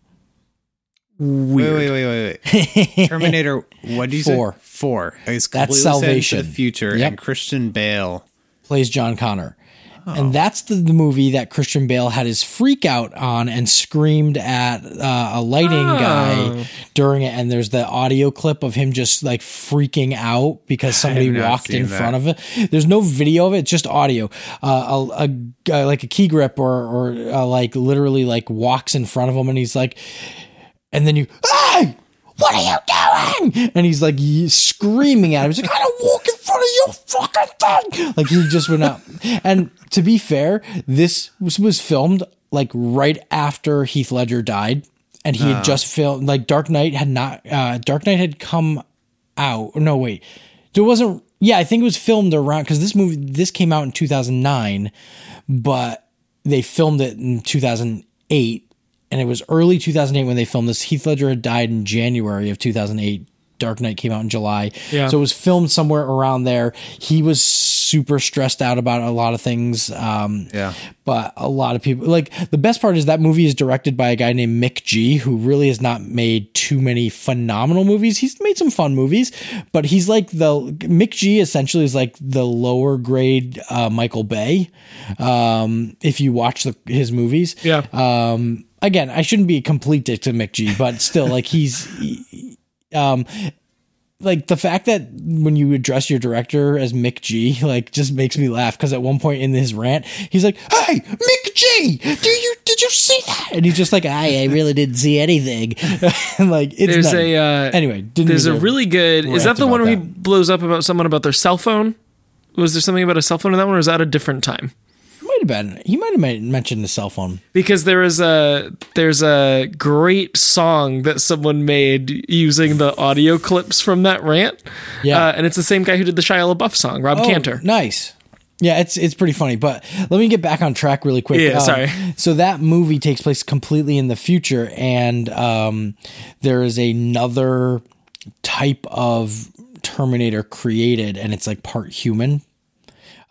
Wait, wait, wait, wait, <laughs> wait. Terminator. What do you Four. say? Four. It's That's completely set into Salvation. The future Yep. and Christian Bale. plays John Connor. Oh. And that's the, the movie that Christian Bale had his freak out on and screamed at uh, a lighting Oh. guy during it. And there's the audio clip of him just like freaking out <laughs> because somebody not walked in seen that. front of it. There's no video of it, it's just audio. Uh, a, a guy like a key grip or, or uh, like literally like walks in front of him and he's like, and then you, hey, what are you doing? And he's like ye- screaming at him. He's like, I don't walk in front of your fucking thing. Like he just went up. And to be fair, this was, was filmed like right after Heath Ledger died. And he had just filmed, like Dark Knight had not, uh, Dark Knight had come out. No, wait. There wasn't, yeah, I think it was filmed around, because this movie, this came out in 2009, but they filmed it in 2008 and it was early 2008 when they filmed this. Heath Ledger had died in January of 2008. Dark Knight came out in July. Yeah. So it was filmed somewhere around there. He was super stressed out about a lot of things. Um, Yeah. But a lot of people like the best part is that movie is directed by a guy named Mick G, who really has not made too many phenomenal movies. He's made some fun movies, but he's like the Mick G essentially is like the lower grade uh, Michael Bay. Um, if you watch the, his movies, Yeah. Um, again, I shouldn't be a complete dick to Mick G, but still, like he's um like the fact that when you address your director as Mick G, <laughs> like just makes me laugh because at one point in his rant, he's like, "Hey, Mick G, do you did you see that?" And he's just like, "I, I really didn't see anything." <laughs> and like, it's There's nutty. a, uh, anyway. Didn't There's a mean to- really good. Is that rant the one about where he that. blows up about someone about their cell phone? Was there something about a cell phone in that one, or is that a different time? might have been he might have ma- mentioned the cell phone. Because there is a there's a great song that someone made using the audio clips from that rant. Yeah. uh, and it's the same guy who did the Shia LaBeouf song, Rob Oh, Cantor. Nice. Yeah, it's it's pretty funny, but let me get back on track really quick. Yeah, Um, sorry. So that movie takes place completely in the future, and um, there is another type of Terminator created, and it's like part human,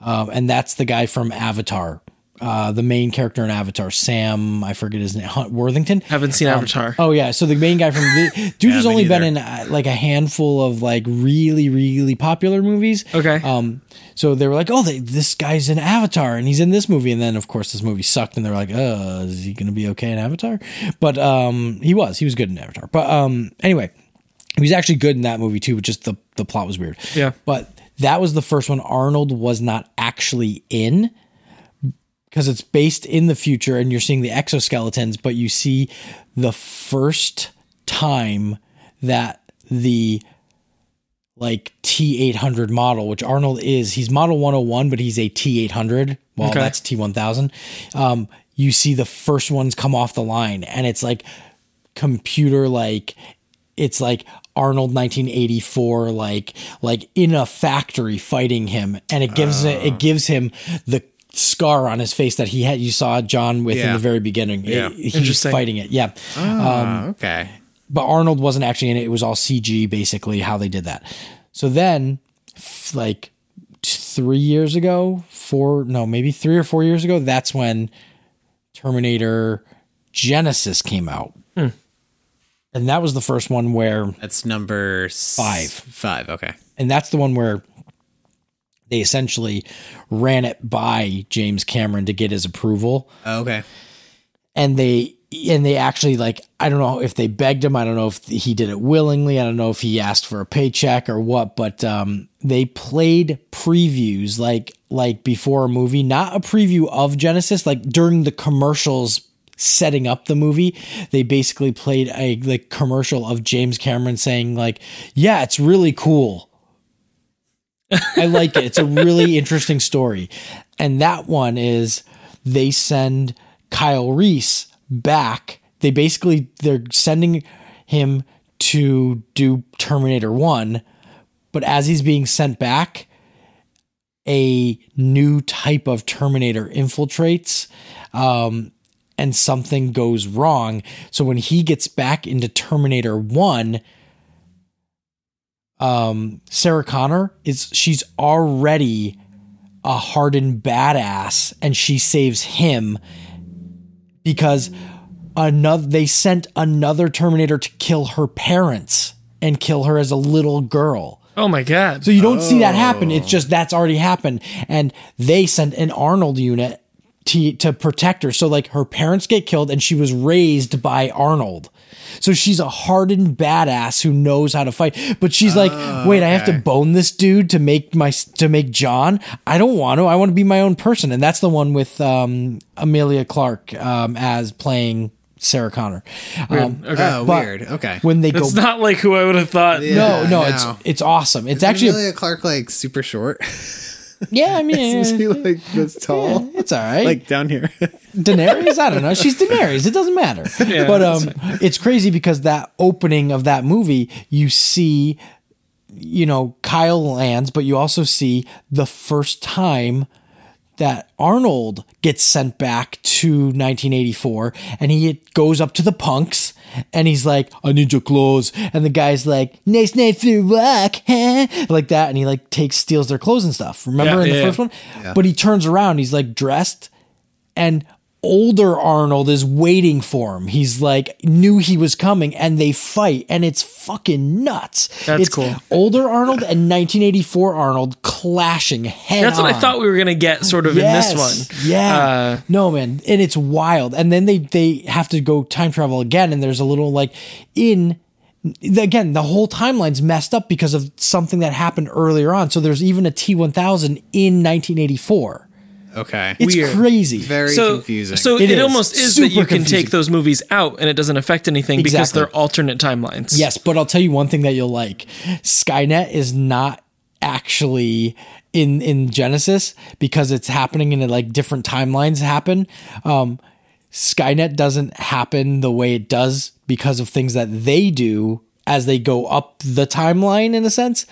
um, and that's the guy from Avatar, uh, the main character in Avatar, Sam. I forget his name, Hunt Worthington. Haven't seen Avatar. Oh yeah, so the main guy from the dude has only been in uh, like a handful of like really really popular movies. Okay. Um, so they were like, oh, they, this guy's in Avatar and he's in this movie, and then of course this movie sucked, and they were like, uh, is he gonna be okay in Avatar? But um, he was, he was good in Avatar. But um, anyway, he was actually good in that movie too, but just the the plot was weird. Yeah. But that was the first one Arnold was not actually in because it's based in the future and you're seeing the exoskeletons, but you see the first time that the like T800 model, which Arnold is, he's model 101, but he's a T800. Well, Okay. that's T1000. Um, you see the first ones come off the line and it's like computer like it's like Arnold 1984 like like in a factory fighting him and it gives it, it gives him the scar on his face that he had you saw John with in Yeah. the very beginning yeah. he's Interesting. fighting it yeah Um, okay. but Arnold wasn't actually in it. It was all CG, basically, how they did that. So then, f- like t- three years ago, four, no, maybe three or four years ago, that's when Terminator Genesis came out. And that was the first one where That's number s- Five. Five. Okay. and that's the one where they essentially ran it by James Cameron to get his approval okay. and they and they actually like I don't know if they begged him I don't know if he did it willingly I don't know if he asked for a paycheck or what but um they played previews like like before a movie not a preview of Genesis like during the commercials setting up the movie they basically played a like commercial of James Cameron saying like yeah it's really cool I like it. It's a really interesting story. And that one is they send Kyle Reese back. They basically they're sending him to do Terminator 1, but as he's being sent back, a new type of Terminator infiltrates um, and something goes wrong. So when he gets back into Terminator 1, um, Sarah Connor is she's already a hardened badass and she saves him because another they sent another Terminator to kill her parents and kill her as a little girl. Oh my god! So you don't see that happen. Oh. It's just that's already happened. And they sent an Arnold unit to, to protect her. So like her parents get killed and she was raised by Arnold. So she's a hardened badass who knows how to fight. But she's like, Ah, wait, I have to bone this dude to make my to make John. I don't want to. I want to be my own person. And that's the one with um, Amelia Clark um, as playing Sarah Connor. Um, Oh, but weird. Okay. When they That's go. not like who I would have thought. no, no, I it's know. it's awesome. It's actually Amelia Clark like super short. <laughs> yeah. I mean, <laughs> Is he like this tall? It's all right. Like Like down here. Daenerys, I don't know. She's Daenerys. It doesn't <laughs> matter. but um, it's crazy because that opening of that movie, you see, you know, Kyle lands, but you also see the first time that Arnold gets sent back to 1984, and he goes up to the punks and he's like, I need your clothes. And the guy's like, Next night for a walk, huh? <laughs> Like that. And he like takes, steals their clothes and stuff. Remember Yeah, in the yeah, first yeah. one? But he turns around, he's like dressed, and older Arnold is waiting for him. He's like, knew he was coming, and they fight, and it's fucking nuts. That's It's cool. Older Arnold and 1984 Arnold clashing head That's what I on. thought we were gonna get, sort of in this one. Yeah. Uh, no, man. And it's wild. And then they they have to go time travel again and there's a little like in again, the whole timeline's messed up because of something that happened earlier on. So there's even a T1000 in 1984. <laughs> Okay. It's Weird. crazy. Very so, confusing. so It it, is. almost is that Super you can confusing. take those movies out and it doesn't affect anything because Exactly. they're alternate timelines. Yes, but I'll tell you one thing that you'll like. Skynet is not actually in in Genesis because it's happening in like different timelines happen. Um Skynet doesn't happen the way it does because of things that they do as they go up the timeline in a sense.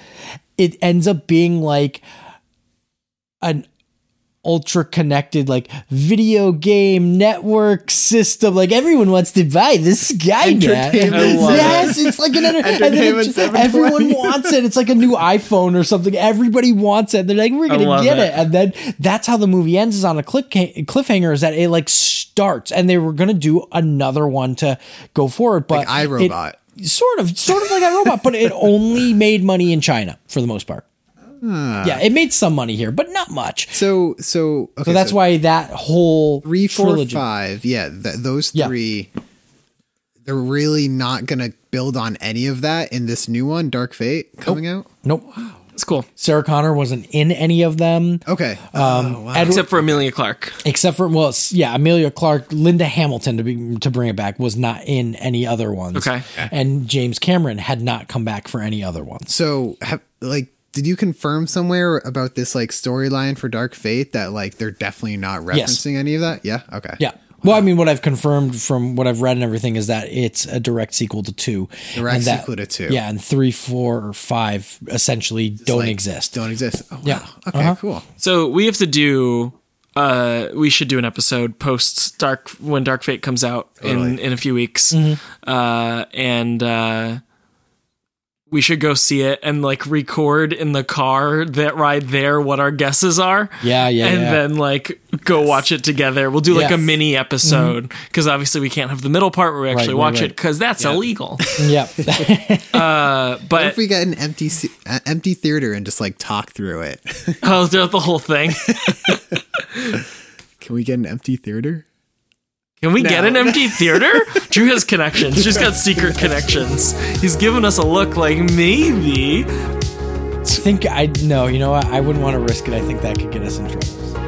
It ends up being like an ultra connected like video game network system like everyone wants to buy this sky net Entertainment. I love yes it's like an enter- and then it Entertainment just- 720. everyone wants it it's like a new iphone or something everybody wants it they're like we're gonna love get it. it. and then that's how the movie ends is on a clip cliffhanger is that it like starts and they were gonna do another one to go forward but Like it- iRobot. sort of sort of like iRobot but it only made money in China for the most part Ah. yeah, it made some money here, but not much. So so okay. So that's why that whole three, four, five. trilogy. Yeah, th- those Yeah. three. They're really not gonna build on any of that in this new one, Dark Fate, coming out. Nope. it's cool, Sarah Connor wasn't in any of them. Okay. Uh, Oh, Edward- except, except for Amelia Clark. for well, s- yeah, Amelia Clark, Linda Hamilton to be to bring it back was not in any other ones. Okay. And James Cameron had not come back for any other ones. so have, like, did you confirm somewhere about this like storyline for Dark Fate that like they're definitely not Yes. referencing any of that? Yeah. Okay. Yeah. Well, I mean, what I've confirmed from what I've read and everything is that it's a direct sequel to two. Direct and that- sequel to two. Yeah, and three, four, or five essentially don't Like, exist. Don't exist. Oh, Yeah. Uh-huh. Wow. Okay. Cool. So we have to do. Uh, we should do an episode post Dark when Dark Fate comes out in in a few weeks, Mm-hmm. uh, and uh, we should go see it and like record in the car that ride there what our guesses are. Yeah, yeah, and yeah. then like go watch it together. We'll do like Yes. Mm-hmm. a mini episode because obviously we can't have the middle part where we actually right, watch right. it because <laughs> that's illegal. Uh, Yeah. What But if we get an empty se- uh, empty theater and just like talk through it? <laughs> <laughs> oh, throughout the whole thing. Can we get an empty theater? Can we get an empty theater? Drew has connections. Drew's got secret connections. He's giving us a look like maybe. I think I no, you know what? I wouldn't want to risk it. I think that could get us in trouble.